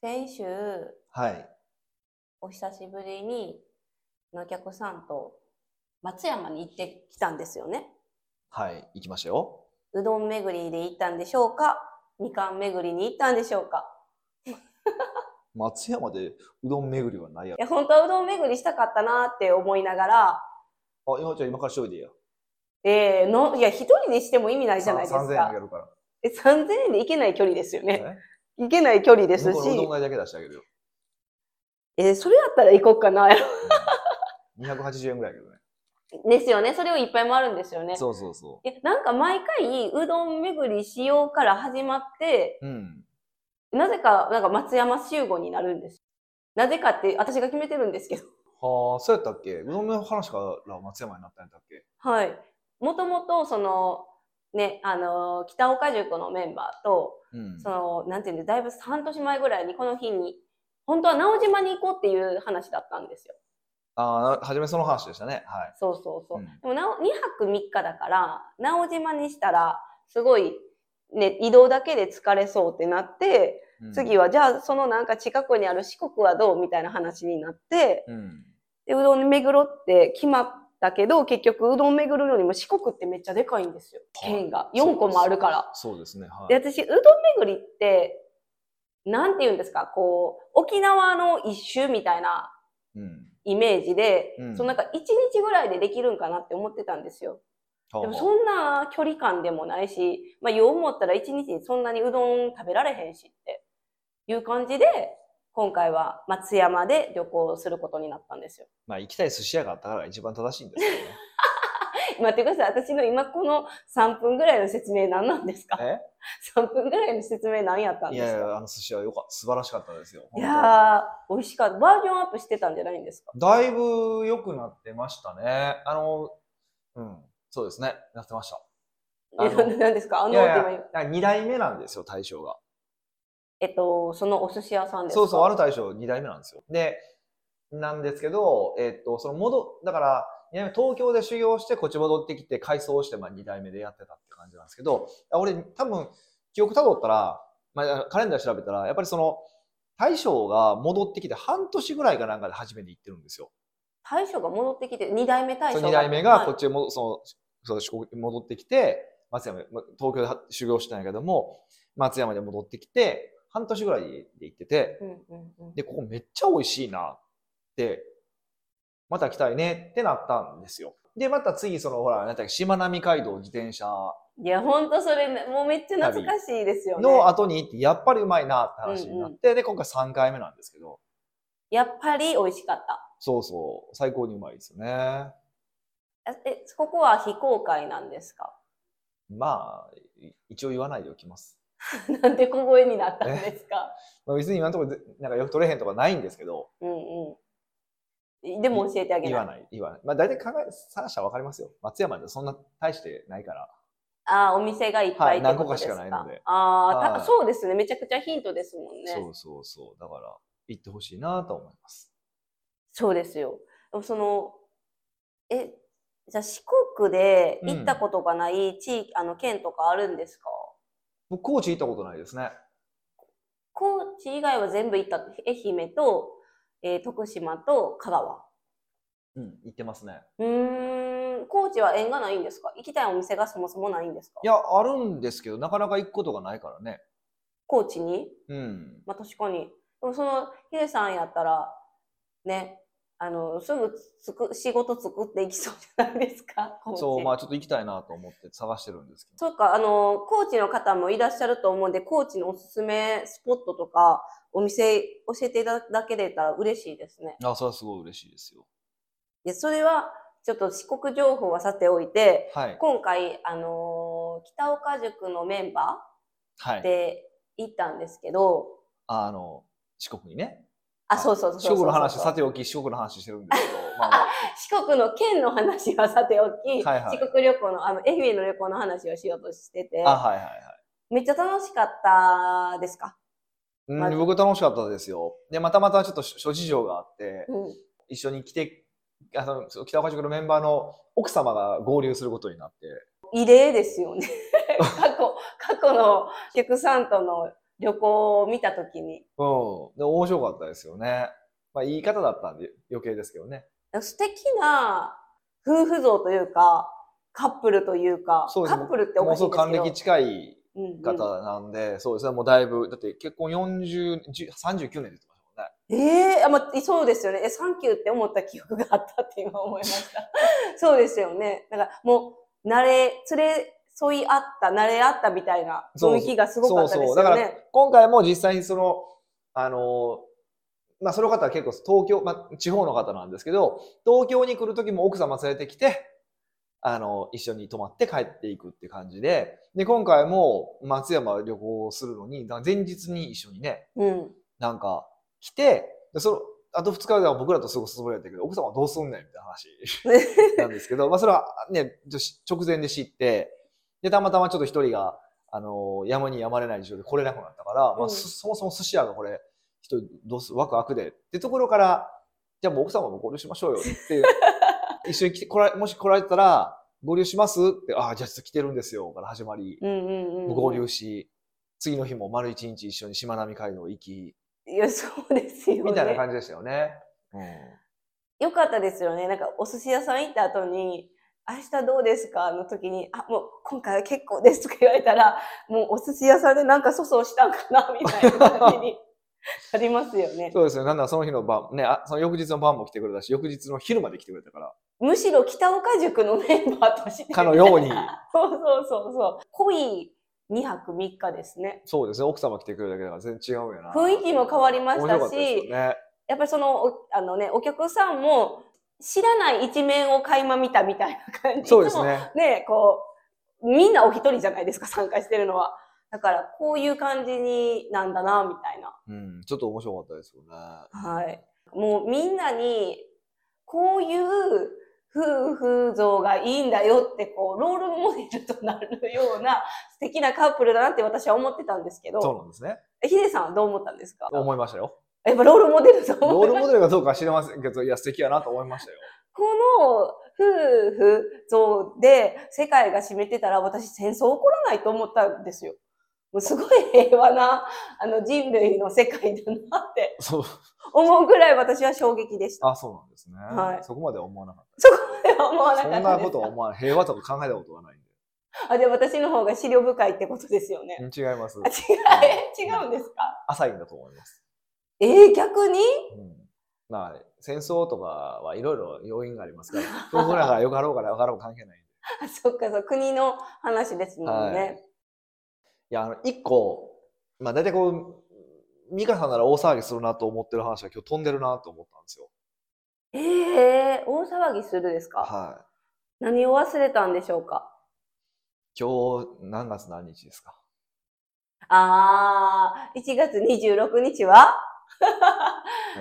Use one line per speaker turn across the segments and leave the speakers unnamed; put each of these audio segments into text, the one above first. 先週、
はい。
お久しぶりに、のお客さんと松山に行ってきたんですよね。
はい。行きましたよ。
うどん巡りで行ったんでしょうかみかん巡りに行ったんでしょうか
松山でうどん巡りはないや
いや、本当はうどん巡りしたかったなって思いながら、
ろ。あ、今ちゃん今からしといてや。
えー、の、いや、一人にしても意味ないじゃないです
さん3000円あ
か
げ。るから。
え3000円で行けない距離ですよね。
え
行けない距離ですし
向、こうのうどん代だけ出してあげるよ。
えーそれやったら行こうかな。
うん280円ぐらいやけどね。
ですよね。それをいっぱい回るんです よね。
そうそうそ
えなんか毎回うどん巡りしようから始まって
う。うん。
なぜかなんか松山集合になるんですなぜかって私が決めてるんですけど
はあ、そうやったっけうどんの話から松山になったんやったっけ
はいもともとそのねあのー北岡塾のメンバーと
うん
そ。のなんていうんでだいぶ半年前ぐらいにこの日に本当は直島に行こうっていう話だったんですよ
ああ、はじめその話でしたね。はい。
そうそうそう、
うん
でもなお2泊3日だから直島にしたらすごいね移動だけで疲れそうってなって
うん
次はじゃあそのなんか近くにある四国はどうみたいな話になって
うん。
でうどん巡ろうって決まったけど結局うどん巡るのにも四国ってめっちゃでかいんですよ
はい
県が4個もあるから。
そうですね。は
で
い。
私うどん巡りってなんて言うんですかこう沖縄の一周みたいな
うん。
イメージで、
うん
そのなんか1日ぐらいでできるんかなって思ってたんですよ。
は
でも
あはあ
そんな距離感でもないし、まあ、よう思ったら一日にそんなにうどん食べられへんしっていう感じで、今回は松山で旅行することになったんですよ。
まあ行きたい寿司屋があったから一番正しいんですけ どね。
待ってください。私の今この3分ぐらいの説明何なんですか ?3 分ぐらいの説明何やったん
えい
です
やい
か
や、あの寿司屋よか素晴らしかったですよ。
い
本当に
やー、美味しかった。バージョンアップしてたんじゃないんですか
だいぶ良くなってましたね。あの、うん、そうですね。なってました。あの
えなんでなんですか あ
い
の、
やい
って
や
今、
2代目なんですよ、大将が。
えっと、そのお寿司屋さんですか
そうそう、ある大将2代目なんですよ。で、なんですけど、えっと、その戻、だから、二代目東京で修行して、こっち戻ってきて、改装して、まあ2代目でやってたって感じなんですけど、あ俺、多分、記憶辿ったら、まあ、カレンダー調べたら、やっぱりその、大将が戻ってきて半年ぐらいかなんかで初めて行ってるんですよ。
大将が戻ってきて、2代目大
そ
将
の2代目が
は
こっちへ戻そのその四国に戻ってきて松山ま東京では修行してたんやけども松山で戻ってきて半年ぐらいで行ってて
いうんうんうん
でここめっちゃ美味しいなってまた来たいねってなったんですよ。でまた次そのほら何だっけしまなみ海道自転車
いや、ほんとそれ、もうめっちゃ懐かしいですよね。
の後に行ってやっぱりうまいなって話になって、で今回3回目なんですけど
やっぱり美味しかった。
そうそう最高にうまいですよね。
あえ、ここは非公開なんですか
まあい一応言わないでおきます。
なんで小声になったんですか
まあ、別に今のところぜなんかよく取れへんとかないんですけど
うんうん。でも教えてあげ
言
ない。
わない、言わない。まあ大体考え、探したらわかりますよ。松山でそんな大してないから。
ああ、お店がいっぱいってことですか。
はい何個かしかないので
ああ、
は
た
い
そうですね。めちゃくちゃヒントですもんね。
そうそうそう。だから、行ってほしいなと思います。
そうですよ。でもその、え、じゃあ四国で行ったことがない地域、あの、県とかあるんですか
僕、高知行ったことないですね。
高知以外は全部行った。愛媛と、えー徳島と香川。
うん、行ってますね。
うーん、高知は縁がないんですか行きたいお店がそもそもないんですか
いや、あるんですけど、なかなか行くことがないからね。
高知に
うん。
まあ確かに。でもその、ヒデさんやったら、ね、あの、すぐつく、仕事作っていきそうじゃないですか 高知
そう、まあちょっと行きたいなと思って探してるんですけど。
そうか、あの、高知の方もいらっしゃると思うんで、高知のおすすめスポットとか、お店教えていただけれたら嬉しいですね。
あ、それはすごい嬉しいですよ。
いや、それは、ちょっと四国情報はさておいて、
はい。
今回、あのー北岡塾のメンバ
は
ー
い。
で行ったんですけど、
あの、四国にね。
あ、そうそうそうそう
四国の話、さ
四
ておき四国の話してるんですけど、まあま あ、
国の県の話はさておき、
はいはい
四国旅行の、あの、愛媛の旅行の話をしようとしてて、
あ、はいはいはい。
めっちゃ楽しかったですか、
うん、
まず
僕楽しかったですよ。で、またまたちょっと諸諸事情があって、
うん、
一緒に来て、あのそう北岡塾のメンバーの奥様が合流することになって、
異例ですよね。過去、過去のお客さんとの旅行を見たときに、
うん。で、面白かったですよね。まあ、言い方だったんで余計ですけどね。
素敵な夫婦像というか、カップルというか、
そうで
カ
す
ップルっておかしいんですけど。
もうすぐ還暦近い
うんうん
方なんで、そうですね、もうだいぶ、だって結婚40、10 39年って言ってましたもんね。
ええあ、まあ、そうですよね。え、サンキューって思った記憶があったって今思いました。 そうですよね。だからもう、慣れ、連れ添い合った、慣れ合ったみたいな
そう
雰囲気がすごかったですよね。
そうそうだから今回も実際にその、あの、まあ、その方は結構東京、まあ、地方の方なんですけど、東京に来る時も奥様連れてきて、あの、一緒に泊まって帰っていくって感じで、で、今回も松山旅行するのに、だから前日に一緒にね、
うん。
なんか来て、でその、あと2日では僕らと過ごすつもりだったけど、奥さんはどうすんねんみたいな話なんですけど、まあそれはね、ちょ直前で知って、で、たまたまちょっと一人が、あの、やむにやまれない事情で来れなくなったから、ま
う
あ
ん
そそもそも寿司屋がこれ、人どうするワクワクで、ってところから、じゃあもう奥様も合流しましょう よって、一緒に来て、こらもし来られたら、合流しますって、ああ、じゃあちょっと来てるんですよ、から始まり、
うんうんうんうん。
合流し、次の日も丸一日一緒にしまなみ海道行き、
いや、そうですよね。
みたいな感じでしたよね。
よかったですよね。なんかお寿司屋さん行った後に、明日どうですかの時に、あ、もう今回は結構ですとか言われたら、もうお寿司屋さんでなんか粗相したんかなみたいな感じに なりますよね。
そうですよ。なんならその日の晩、ね、あその翌日の晩も来てくれたし、翌日の昼まで来てくれたから、
むしろ北岡塾のメンバーとして。
かのように
そうそうそうそう。濃い2泊3日ですね。
そうですね。奥様来てくれるだけだから全然違うんやな。
雰囲気も変わりましたし
面白かったですよね。
やっぱりその、おあのね、お客さんも知らない一面を垣間見たみたいな感じ。
そうですね。
ね、こう、みんなお一人じゃないですか、参加してるのは。だから、こういう感じになんだな、みたいな。
うん、ちょっと面白かったですよね。
はい。もうみんなに、こういう夫婦像がいいんだよって、こう、ロールモデルとなるような 素敵なカップルだなって私は思ってたんですけ
そう
ど、
なんですね。
ヒデさんはどう思ったんですか
思いましたよ。
やっぱロールモデルと
ロ
思
ー
い
ル
ま
モ
す
デルかどうかは知りませんけど、いや、素敵やなと思いましたよ。
この夫婦像で世界が占めてたら私戦争起こらないと思ったんですよ。もうすごい平和なあの人類の世界だなって
そう。
思うぐらい私は衝撃でした。
あ、そうなんですね。
はい
そこまでは思わなかっ
そこまでは思わ
た。
なかった ですか。
そんなことは思わない。平和とか考えたことがないんで。
あ、じゃあ私の方が資料深いってことですよね。
うん違います
あ。違う、え違うんですか
浅いんだと思います。
えー、逆に
うんまあ、戦争とかはいろいろ要因がありますから、夫婦だからよかろうからよかろう関係ないんで。
あ、そっかそう、国の話ですもんね。
いや、あの、一個、まあ大体こう、ミカさんなら大騒ぎするなと思ってる話は今日飛んでるなと思ったんですよ。
えー、大騒ぎするですか
は
何を忘れたんでしょうか
い。今日、何月何日ですか
あー、1月26日は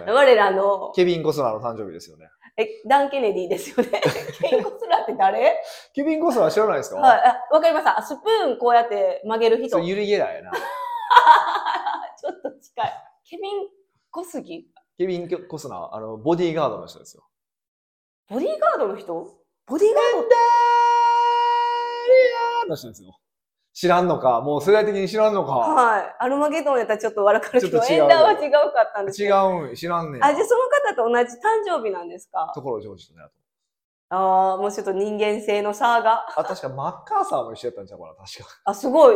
我らの、
ケビン・コスナーの誕生日ですよね。
え、ダン・ケネディですよ ね。ケンコスラーって誰
ケビン・コスナー知らないですか
はい、あわかりました。あスプーンこうやって曲げる人。
そ
あ
う、ゆりげらやな。
ちょっと近い。ケビン・コスギ
ケビン・コスナー、あの、ボディーガードの人ですよ。
ボディーガードの人ボディーガードって
の人ですよ。知らんのか、もう世代的に知らんのか。
はい。アルマゲドンやったらちょっと笑かるけど、
ちょっと違う
エンダーは違うかったんです
違
けど。
うん、知らんねん。
あ、じゃあその方と同じ誕生日なんですか
ところジョージとね、あと。
ああ、もうちょっと人間性の差が。
あ、確かマッカーサーも一緒やったんちゃうかな、確か。
あ、すごい。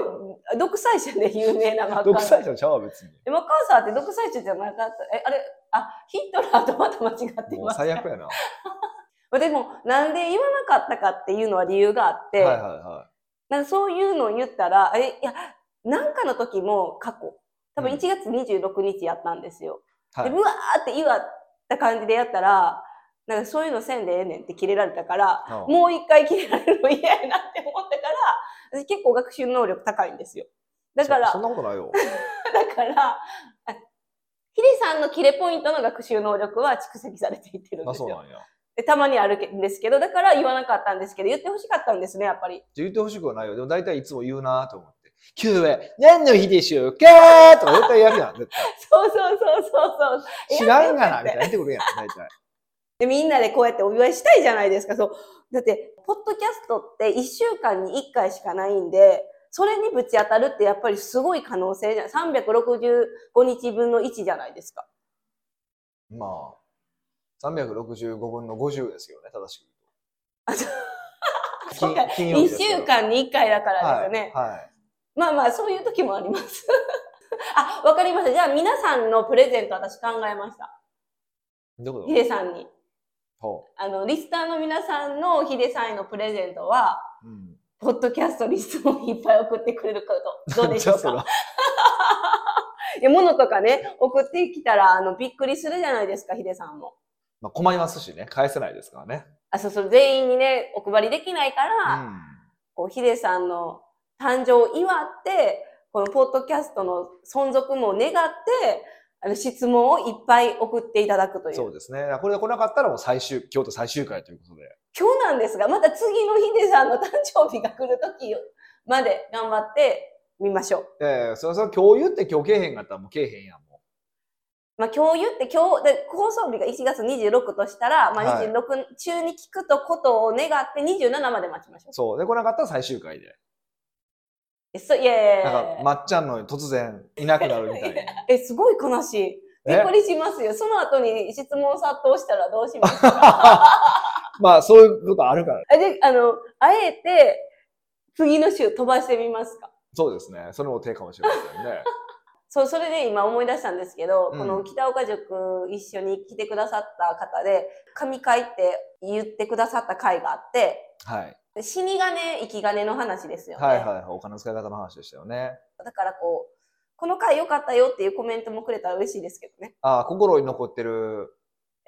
独裁者で 有名なマッカーサー。
独裁者ちゃうわ、別に。
えマッカーサーって独裁者じゃなかった。え、あれ、あ、ヒットラーとまた間違って
もう
ます。
最悪やな。は
でも、なんで言わなかったかっていうのは理由があっ
い
て、
はいは
なんかそういうのを言ったら、え、いや、なんかの時も過去。多分1月26日やったんですよ。
い。は
で、
い、
うわーって祝った感じでやったら、なんかそういうのせんでええねんってキレられたから、
ああ
もう一回キレられるの嫌やなって思ったから、私結構学習能力高いんですよ。だから、
そそんな ことな いよ。
だから、あヒデさんのキレポイントの学習能力は蓄積されていってるん
あ、
です
そう
よ。
なんや。
でたまにあるんですけど、だから言わなかったんですけど、言ってほしかったんですね、やっぱり。
言ってほしくはないよ。でも大体いつも言うなと思って。今日は何の日でしょうかとか絶対やるやん。絶対
そうそうそうそうそう。
知らんがなみ
え
たいな。言ってくるやん、大体。
で、みんなでこうやってお祝いしたいじゃないですか。そう。だって、ポッドキャストって1週間に1回しかないんで、それにぶち当たるってやっぱりすごい可能性じゃない ?365 日分の1じゃないですか。
まあ、365分の50ですよね、正しく
あそ
言うと。き 金曜日
1
ですから
週間に1回だからですよね。
はい。はい
まあまあ、そういう時もあります。 あ、わかりました。じゃあ皆さんのプレゼント私考えました。
どこ
ヒデさんに。
ほ
あの、リスターの皆さんのヒデさんへのプレゼントは、
う。うん。
ポッドキャストリストをいっぱい送ってくれること、どうでしょう
じゃあ
か いや、物とかね、送ってきたら、あの、びっくりするじゃないですか、ヒデさんも。
まあ、困りますしね、返せないですからね。
あ、そうそう、全員にね、お配りできないから、こう、ヒデさんの誕生を祝って、このポッドキャストの存続も願って、あの、質問をいっぱい送っていただくと
う
いう。
ん。そうですね。これで来なかったらもう最終、京都最終回ということで。
今日なんですが、また次のヒデさんの誕生日が来る時まで頑張ってみましょう。
ええそれそれ今日言って今日けえへんかったらもうけえへんやん、も
まあ、今日言って、今日、で放送日が1月26としたら、まあ、
はい
26中に聞くとことを願って27まで待ちましょう
う。そう。で、来なかったら最終回で。
え。そいやいやいや
なんか、まっちゃんの突然いなくなるみたいな。
え、すごい悲しい。びっ
え
くりしますよ。その後に質問殺到したらどうします
まあ、そういうことあるから。
あで、あの、あえて、次の週飛ばしてみますか。
そうですね。それも手かもしれませんね。
そう、それで今思い出したんですけど、
うん
この北岡塾一緒に来てくださった方で、神会って言ってくださった会があって、
はい。
死に金、生き金の話ですよね。
はいはいはい。お金の使い方の話でしたよね。
だからこう、この回良かったよっていうコメントもくれたら嬉しいですけどね。
ああ、心に残ってる。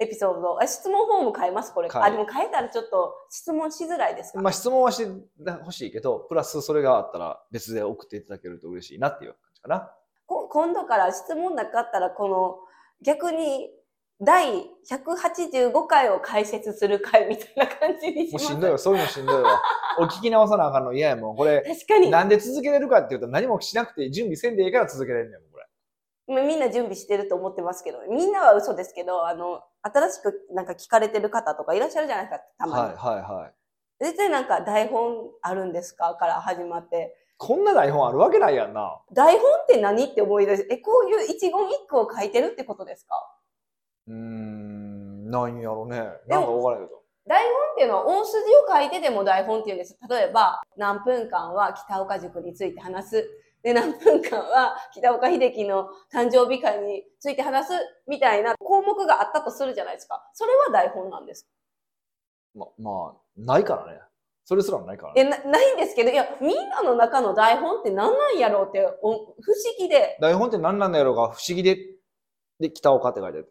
エピソード。あ質問フォーム変えます、これ。
変え
あ、でも変えたらちょっと質問しづらいですか、
まあ、質問はしてほしいけど、プラスそれがあったら別で送っていただけると嬉しいなっていう感じかな。
こ今度から質問なかったら、この、逆に、第185回を解説する回みたいな感じにしま
もう
す。
しんどいわ、そういうのしんど いわ。俺聞き直さなあかんの嫌やもん。これ、
確かに。
なんで続けれるかっていうと何もしなくて準備せんでいいから続けれるんだよ、これ。
まあみんな準備してると思ってますけど、みんなは嘘ですけど、あの、新しくなんか聞かれてる方とかいらっしゃるじゃないですか、たまに。
はいはいはい。
絶対なんか台本あるんですかから始まって、
こんな台本あるわけないやんな。
台本って何って思い出して、え、こういう一言一句を書いてるってことですか
うーん、なんやろね。なんか分からんけど。
台本っていうのは大筋を書いてでも台本っていうんです。例えば、何分間は北岡塾について話す。で、何分間は北岡秀樹の誕生日会について話すみたいな項目があったとするじゃないですか。それは台本なんですか
ま、まあ、ないからね。それすらないから
いや
ね。
なないんですけどいやみんなの中の台本って何なんやろうってお不思議で
台本って何なんだろうが不思議で、で、北岡って書いてある。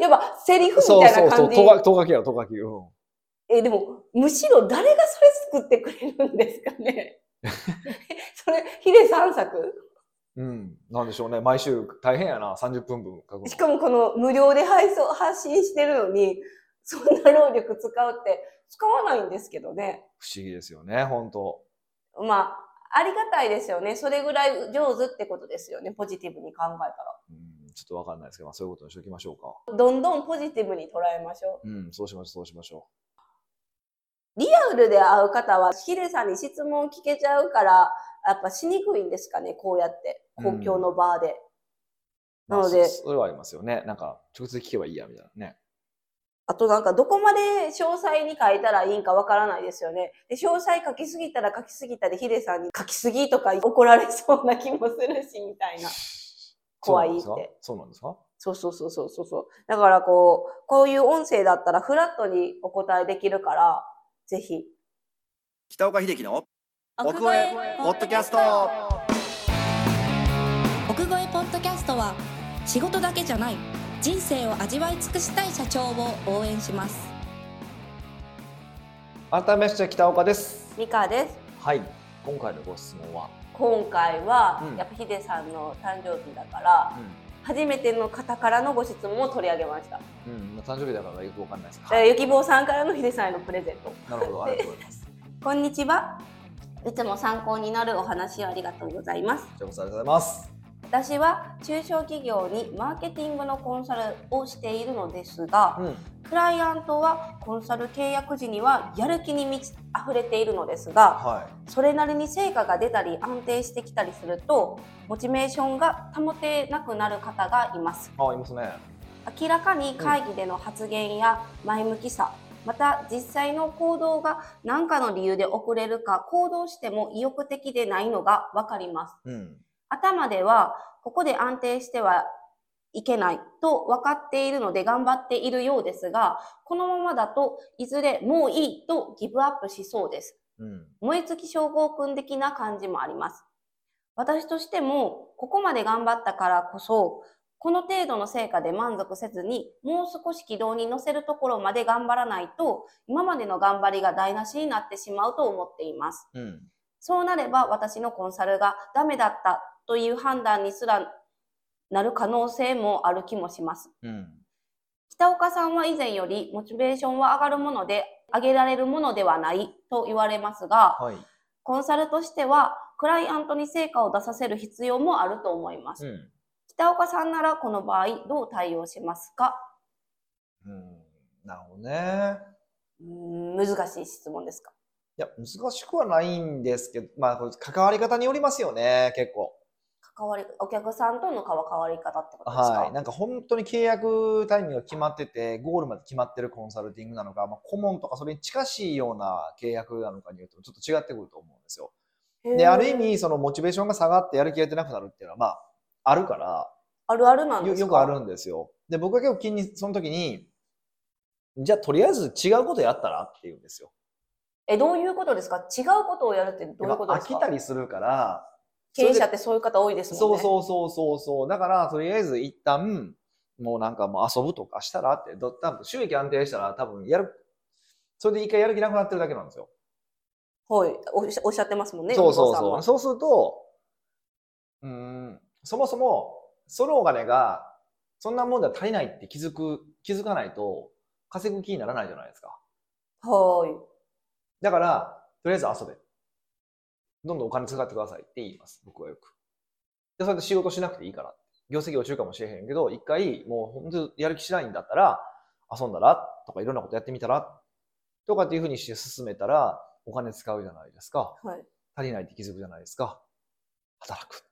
やっぱセ リフみ
そう
たい
そう
な
そ
感
う、
じ
とがとがきやろ、とがき。うん。
えでもむしろ誰がそれ作ってくれるんですかね それヒデさん作
うん。なんでしょうね。毎週大変やな。30分分書くの
しかもこの無料で配送発信してるのにそんな労力使うって使わないんですけどね
不思議ですよね、本当
まあありがたいですよねそれぐらい上手ってことですよねポジティブに考えたら
うん、ちょっとわかんないですけど、まあ、そういうことにしておきましょうか。
どんどんポジティブに捉えましょう
うん、そうしましょう、そうしましょ
リアルで会う方はヒデさんに質問聞けちゃうからやっぱしにくいんですかねこうやって公共の場で、
う。まあ
なので
そそれはありますよね。なんか、直接聞けばいいや、みたいなね。
あとなんかどこまで詳細に書いたらいいんかわからないですよねで詳細書きすぎたら書きすぎたでヒデさんに書きすぎとか怒られそうな気もするしみたいな怖いって
そうなんですか
そ
そうなんですか
うそうそうそうそうそうだからこうこういう音声だったらフラットにお答えできるからぜひ
北岡秀樹の奥越えポッドキャスト
奥越えポッドキャストは仕事だけじゃない人生を味わい尽くしたい社長を応援します
改めまして北岡です。
ミカです
はい。今回のご質問は、
今回は、
うん
やっぱヒデさんの誕生日だから、初めての方からのご質問を取り上げました。
うん、うん、まあ誕生日だからよくわかんないです
えー
か。
ゆきぼうさんからのヒデさんへのプレゼント。
なるほど、ありがとうございます。
こんにちは。いつも参考になるお話をありがとうございます。
じゃあ、こそありがとうございます。
私は中小企業にマーケティングのコンサルをしているのですが、
うん。
クライアントはコンサル契約時にはやる気に満ち溢れているのですが、
は
それなりに成果が出たり安定してきたりすると、モチベーションが保てなくなる方がいます。
い。あ、いますね。
明らかに会議での発言や前向きさ、また実際の行動が何かの理由で遅れるか行動しても意欲的でないのがわかります。
うん。
頭ではここで安定してはいけないと分かっているので頑張っているようですが、このままだといずれもういいとギブアップしそうです。
うん。
燃え尽き症候群的な感じもあります。私としても、ここまで頑張ったからこそ、この程度の成果で満足せずに、もう少し軌道に乗せるところまで頑張らないと、今までの頑張りが台無しになってしまうと思っています。
うん。
そうなれば、私のコンサルがダメだったという判断にすらなる可能性もある気もします。
うん。
北岡さんは以前より、モチベーションは上がるもので、上げられるものではないと言われますが、
はい。
コンサルとしては、クライアントに成果を出させる必要もあると思います。
うん。
北岡さんならこの場合、どう対応しますか
うん。なるほどね。
うーん難しい質問ですか。
いや、難しくはないんですけど、まあ、これ関わり方によりますよね、結構。
関わり、お客さんとの関わり方ってことですか、
はい。なんか本当に契約タイミングが決まってて、ゴールまで決まってるコンサルティングなのか、まあ、顧問とかそれに近しいような契約なのかによってもちょっと違ってくると思うんですよ。
へ
で、
ー
ある意、味、そのモチベーションが下がってやる気が出なくなるっていうのは、まあ、あるから、
あるあるなんで
よ
すか
よくあるんですよ。で、僕は結構気に、その時に、じゃあとりあえず違うことやったらって言うんですよ。
え、どういうことですか違うことをやるってどういうことです
やっぱ飽
か
きたりするから、
経営者ってそういう方多いですもん
そ
ね。
うそうそうそうそう。だから、とりあえず一旦、もうなんかもう遊ぶとかしたらって、ど多分収益安定したら多分やる、それで一回やる気なくなってるだけなんですよ。
はい。おっしゃおっしゃってますもんね。
そう
リン
そ
ゴ
う
さん
そ
は
う。そうすると、うーん、そもそも、そのお金が、そんなもんでは足りないって気づく、気づかないと、稼ぐ気にならないじゃないですか。
はーい。
だから、とりあえず遊べ。どんどんお金使ってくださいって言います、僕はよく。で、それで仕事しなくていいから。業績落ちるかもしれへんけど、一回、もう本当にやる気しないんだったら、遊んだらとかいろんなことやってみたらとかっていうふうにして進めたら、お金使うじゃないですか。
はい。
足りないって気づくじゃないですか。働く。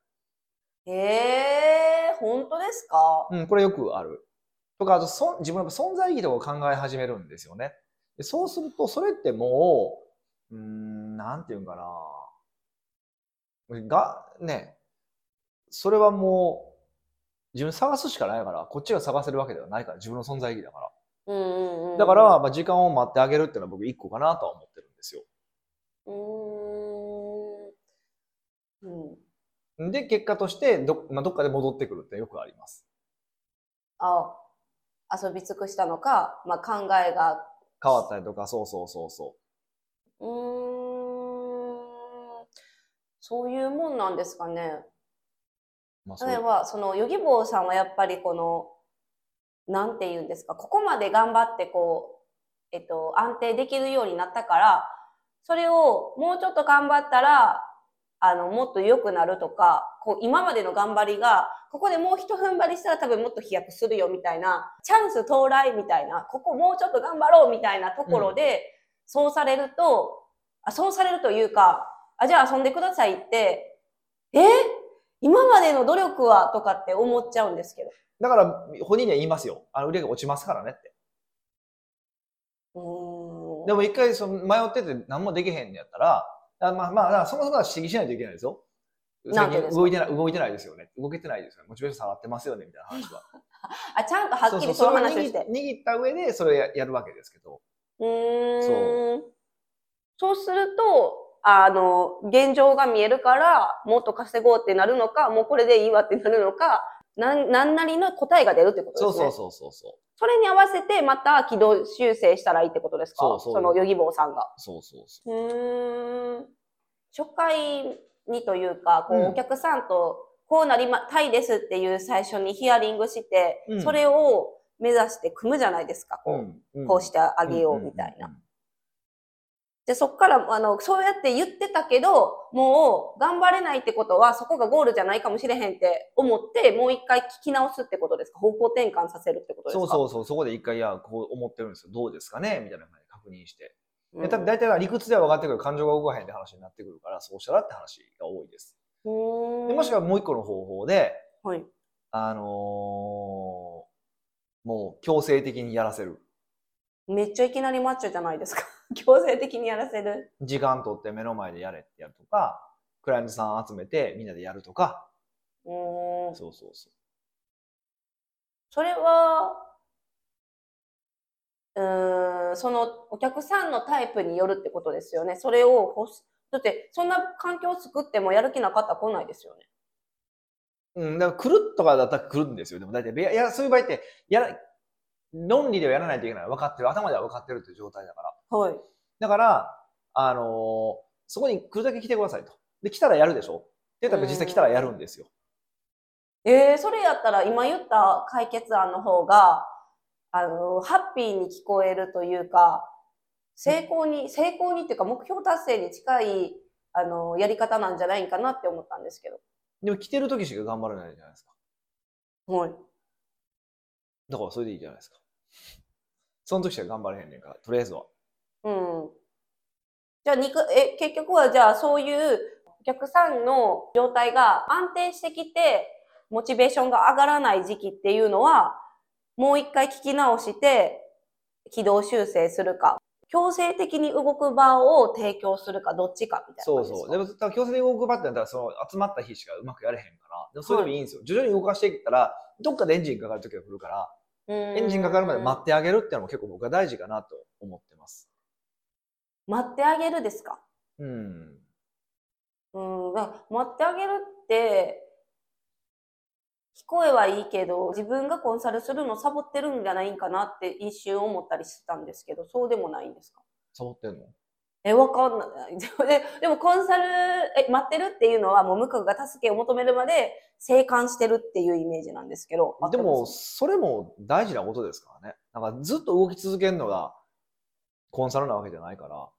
えー、本当ですか
うん、これよくある。とか、あと、そん自分の存在意義とかを考え始めるんですよね。でそうすると、それってもう、うーん、なんていうんかな。が、ね、それはもう、自分探すしかないから、こっちが探せるわけではないから、自分の存在意義だか
うんうんうん。
ら。だから、まあ、時間を待ってあげるっていうのは僕一個かなとは思ってるんですよ。
うーん。うん。
で、結果としてど、まあ、どっかで戻ってくるってよくあります。
あ遊び尽くしたのか、まあ、考えが、
変わったりとか、そうそうそうそう
ーん、そういうもんなんですかね。
う。まあ、そう
例えば、その、ヨギボーさんはやっぱりこの、なんて言うんですか、ここまで頑張ってこう、えっと、安定できるようになったから、それをもうちょっと頑張ったら、あの、もっと良くなるとか、こう、今までの頑張りが、ここでもう一踏ん張りしたら多分もっと飛躍するよみたいな、チャンス到来みたいな、ここもうちょっと頑張ろうみたいなところで、そうされると、あ、そうされるというか、あ、じゃあ遊んでくださいって、え今までの努力はとかって思っちゃうんですけど。
だから、本人には言いますよ。あの売り上げ落ちますからねって。
うーん。
でも一回その迷ってて何もできへんのやったら、あまあまあ、だからそもそもは指摘しないといけないですよ。
なんでですか
最近動いてない、動いてないですよね。動けてないですよね。モチベーション下がってますよね、みたいな話は。
あ、ちゃんとはっきりその
れを
話を
握
して。
握った上でそれをややるわけですけど。
うーん。そうすると、あの、現状が見えるから、もっと稼ごうってなるのか、もうこれでいいわってなるのか、なん、なんなりの答えが出るってことです
そ
ね。
うそうそうそうそう。
それに合わせて、また軌道修正したらいいってことですか
そうそう
の、ヨギボーさんが。
そうそうそう
ーん初回にというか、こう
うん
お客さんとこうなりまたいですっていう最初にヒアリングして、
うん
それを目指して組むじゃないですか。こう,、
う。ん
こうしてあげようみたいな。。
んんん
で、そっから、あの、そうやって言ってたけど、もう頑張れないってことは、そこがゴールじゃないかもしれへんって思って、もう一回聞き直すってことですか方向転換させるってことですか
そうそうそう、そこで一回、いや、こう思ってるんですよ。どうですかねみたいな感じで確認して。
うん。
で多分大体は理屈では分かってくる感情が動かへんって話になってくるから、そうしたらって話が多いです。
うーん
でもしくはもう一個の方法で、
はい。
あのーもう強制的にやらせる。
めっちゃいきなりマッチョじゃないですか。 強制的にやらせる。
時間取って目の前でやれってやるとか、クライアントさん集めてみんなでやるとか、
うーん。
そうそうそ
それは、うーん、そのお客さんのタイプによるってことですよね。それを欲し、だってそんな環境を作ってもやる気なかったら来ないですよね。
う。うん、だから来るとかだったら来るんですよ。でも大体、べやそういう場合って、やら、論理ではやらないといけない。分かってる。頭では分かってるという状態だから。
はい。
だから、あのーそこに来るだけ来てくださいと。で、来たらやるでしょで、多分実際来たらやるんですよ。
えー、それやったら今言った解決案の方が、あの、ハッピーに聞こえるというか、成功に、成功にっていうか目標達成に近い、あの、やり方なんじゃないんかなって思ったんですけど。
でも来てる時しか頑張れないじゃないですか。
はい。
だからそれでいいじゃないですか。その時しか頑張れへんねんから、とりあえずは。
うん。じゃあ、肉、え、結局はじゃあ、そういうお客さんの状態が安定してきて、モチベーションが上がらない時期っていうのは、もう一回聞き直して、軌道修正するか、強制的に動く場を提供するか、どっちかみたいな
そ
感
う
じです
そう。
か。
でも、だから強制で動く場ってなったら、その集まった日しかうまくやれへんから、でもそれでもいいんですよ。徐々に動かしていったら、どっかでエンジンかかる時が来るから、
うん
エンジンかかるまで待ってあげるっていうのも結構僕は大事かなと思ってます。
待ってあげるですか。
うん。
うん、あ待ってあげるって、聞こえはいいけど、自分がコンサルするのサボってるんじゃないんかなって一瞬思ったりしてたんですけど、そうでもないんですか
サボってんの
え、わかんない。 ででもコンサル、え、待ってるっていうのは、もう向こうが助けを求めるまで生還してるっていうイメージなんですけど。合っ
で
て
も、
ます
それも大事なことですからね。なんかずっと動き続けるのがコンサルなわけじゃないから。
う
だか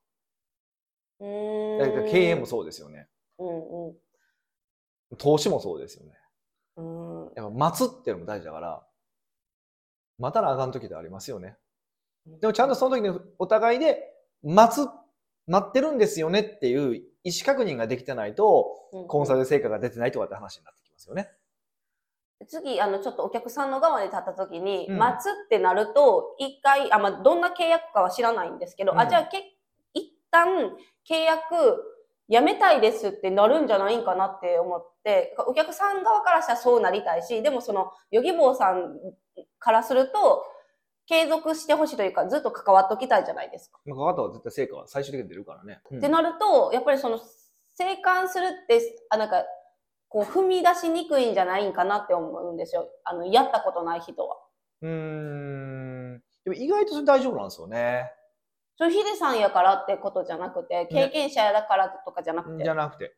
ら
ーん
経営もそうですよね。
うんうん
投資もそうですよね。
うん
やっぱ待つっていうのも大事だから、待たなあかん時ってありますよね。でもちゃんとその時にお互いで待つ、待ってるんですよねっていう意思確認ができてないと、
うん
コンサルで成果が出てないとかって話になってきますよね。
次、あの、ちょっとお客さんの側で立った時に、
うん
待つってなると、一回、あ、まあ、どんな契約かは知らないんですけど、
う
あ、
ん
じゃあ、け、一旦契約やめたいですってなるんじゃないんかなって思って、お客さん側からしたらそうなりたいし、でもその、ヨギボーさんからすると、継続してほしいというか、ずっと関わっておきたいじゃないですか。
まあ、この後は絶対成果は最終的に出るからね。うん
ってなると、やっぱりその、生還するって、あ、なんか、こう、踏み出しにくいんじゃないんかなって思うんですよ。あの、やったことない人は。
うーん。でも意外とそれ大丈夫なんですよね。
それヒデさんやからってことじゃなくて、経験者やだからとかじゃなくて。
じゃなくて。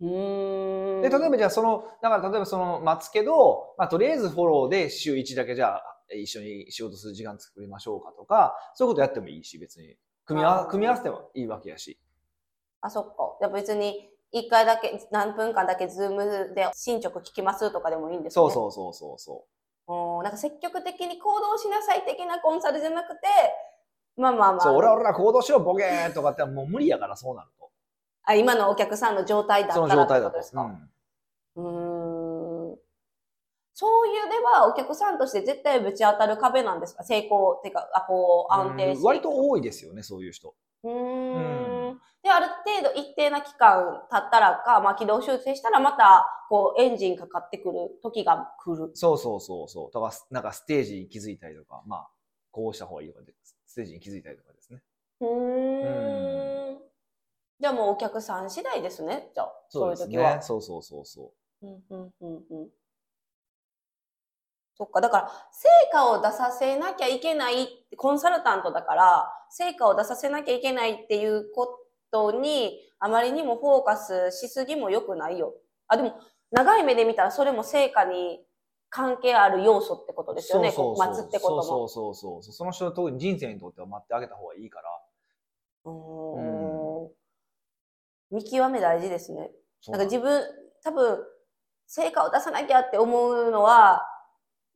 うーん。
で、例えばじゃあその、だから例えばその、待つけど、まあとりあえずフォローで週1だけじゃあえ一緒に仕事する時間作りましょうかとか、そういうことやってもいいし、別に。組み合
あ
わ
ー
組み合わせてもいいわけやし。
あ、そっか。じゃあ別に、一回だけ、何分間だけズームで進捗聞きますとかでもいいんですね。。
そうそうそうそうそう
なんか積極的に行動しなさい的なコンサルじゃなくて、まあまあま
う。
あ。
そう、俺は俺ら行動しろ、ボケーとかってもう無理やから、そうなると。
あ今のお客さんの状態だった
そ
ら
の状態だ
ってことで
と
す。か。
うん
うーんそういうでは、お客さんとして絶対ぶち当たる壁なんですか成功っていうか、あ、こう、安定していく。
うん割と多いですよね、そういう人。
うー。
うん
で、ある程度一定な期間経ったらか、まあ、軌道修正したらまた、こう、エンジンかかってくる時が来る。
そうそうそうそう。だから、なんかステージに気づいたりとか、まあ、こうした方がいいとかで、ステージに気づいたりとかですね。
うーん。じゃあもうお客さん次第ですね、じゃあ。そういう
です
時は。
そうそうそうそう。
うんうんうんうんそっか、だから、成果を出させなきゃいけない、コンサルタントだから、成果を出させなきゃいけないっていうことに、あまりにもフォーカスしすぎも良くないよ。あ、でも、長い目で見たら、それも成果に関係ある要素ってことですよね、
そうそうそう
こう待つってことも。
そうそうそうそう。その人の特に人生にとっては待ってあげた方がいいから。
うー
うん
見極め大事ですね。
そう
なんか
なん
自分、多分、成果を出さなきゃって思うのは、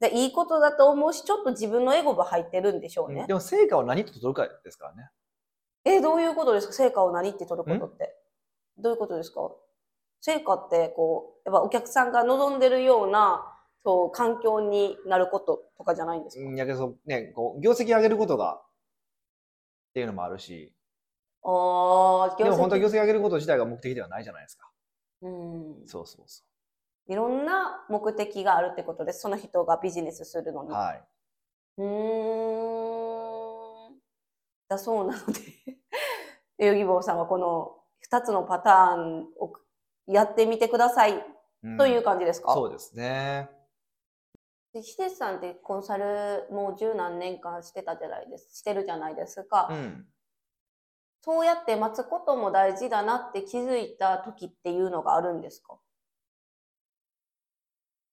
でいいことだと思うし、ちょっと自分のエゴが入ってるんでしょう
うん
ね。
でも成果を何と取るかですからね。
え、どういうことですか成果を何って取ることって。どういうことですか成果って、こう、やっぱお客さんが望んでるような、そう、環境になることとかじゃないんですか、
うん、やけどそうね、こう業績上げることがっていうのもあるし、
ああ、
でも本当は業
績。
績上げること自体が目的ではないじゃないですか。
うん。
そうそうそ
いろんな目的があるってことです。その人がビジネスするの
う。
に。
は
うーん。だそうなので、 ヨギボーさんはこの2つのパターンをやってみてください
い。ん
という感じですか、
そうですね。
でヒデさんってコンサルもう十何年間してたじゃないです、してるじゃないですか。
うん。
そうやって待つことも大事だなって気づいた時っていうのがあるんですか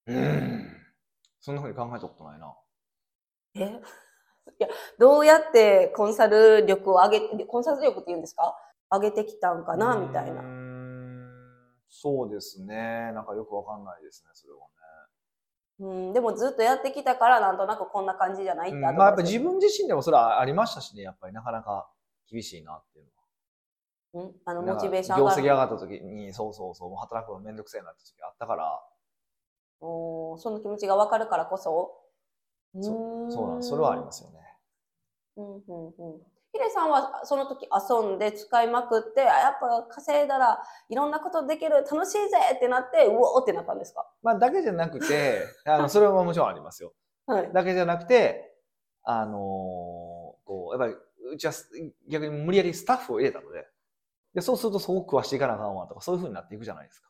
うん。そんなふうに考えたことないな。
え いや、どうやってコンサル力を上げ、コンサル力っていうんですか上げてきたんかなみたいう
ー
な。
ん。そうですね。なんかよくわかんないですね、それはね。
うん、でもずっとやってきたからなんとなくこんな感じじゃないって
うん
後
まあ
で
やっぱ自分自身でもそれはありましたしね、やっぱりなかなか厳しいなっていう
うんあの
のは。
モチベーション
業
上が
績
る
上がった時に、そうそうそう、もう働くのめんどくせえなって時があったから、
おーその気持ちが分かるからこそ、
そそうなんです。それはありますすよね。
うんうんうん、ヒデさんはその時遊んで使いまくってあやっぱ稼いだらいろんなことできる楽しいぜってなってうおーってなったんですか
まあ、だけじゃなく て、あの、それはもちろんありますよ。
はい
だけじゃなくて、あのーこう、やっぱり、うちはす逆に無理やりスタッフを入れたので、で、そうするとそこ食わしていかなあかんわとか、そういうふうになっていくじゃないですか。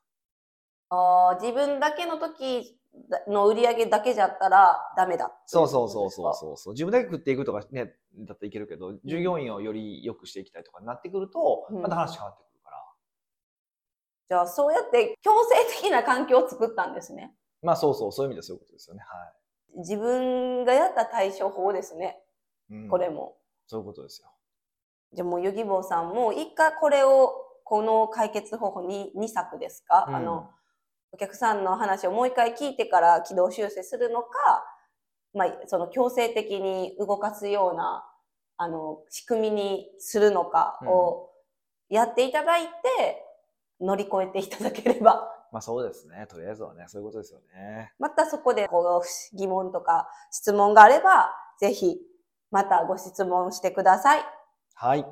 あー自分だけの時の売り上げだけじゃったらダメだ
そうそうそうそう
う
そうそう。自分だけ食っていくとかね、だっていけるけど、従業員をより良くしていきたいとかになってくると、
うん
また話変わってくるから。
じゃあそうやって強制的な環境を作ったんですね
まあ、そうそう、そういう意味ではそういうことですよね。は
自分がやった対処法ですね
い。うん
これ。も、
そういうことですよ。
じゃあもうヨギボーさんも一回これをこの解決方法に2策ですか、あのお客さんの話をもう一回聞いてから軌道修正するのか、まあ、その強制的に動かすようなあの仕組みにするのかをやっていただいて、乗り越えていただければ
うんまあ、そうですね。とりあえずはね、そういうことですよね。
またそこでこう疑問とか質問があればぜひまたご質問してください。
はい。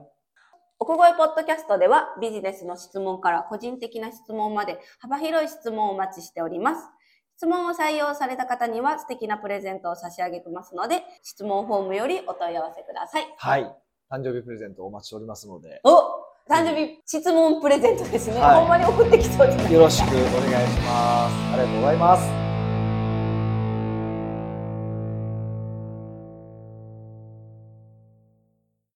奥越ポッドキャストではビジネスの質問から個人的な質問まで幅広い質問をお待ちしております。質問を採用された方には素敵なプレゼントを差し上げてますので、質問フォームよりお問い合わせください。
はい。誕生日プレゼントお待ちしておりますので、
お誕生日質問プレゼントですね。
はい
ほんまに送ってきそうですね
よろしくお願いします。ありがとうございます。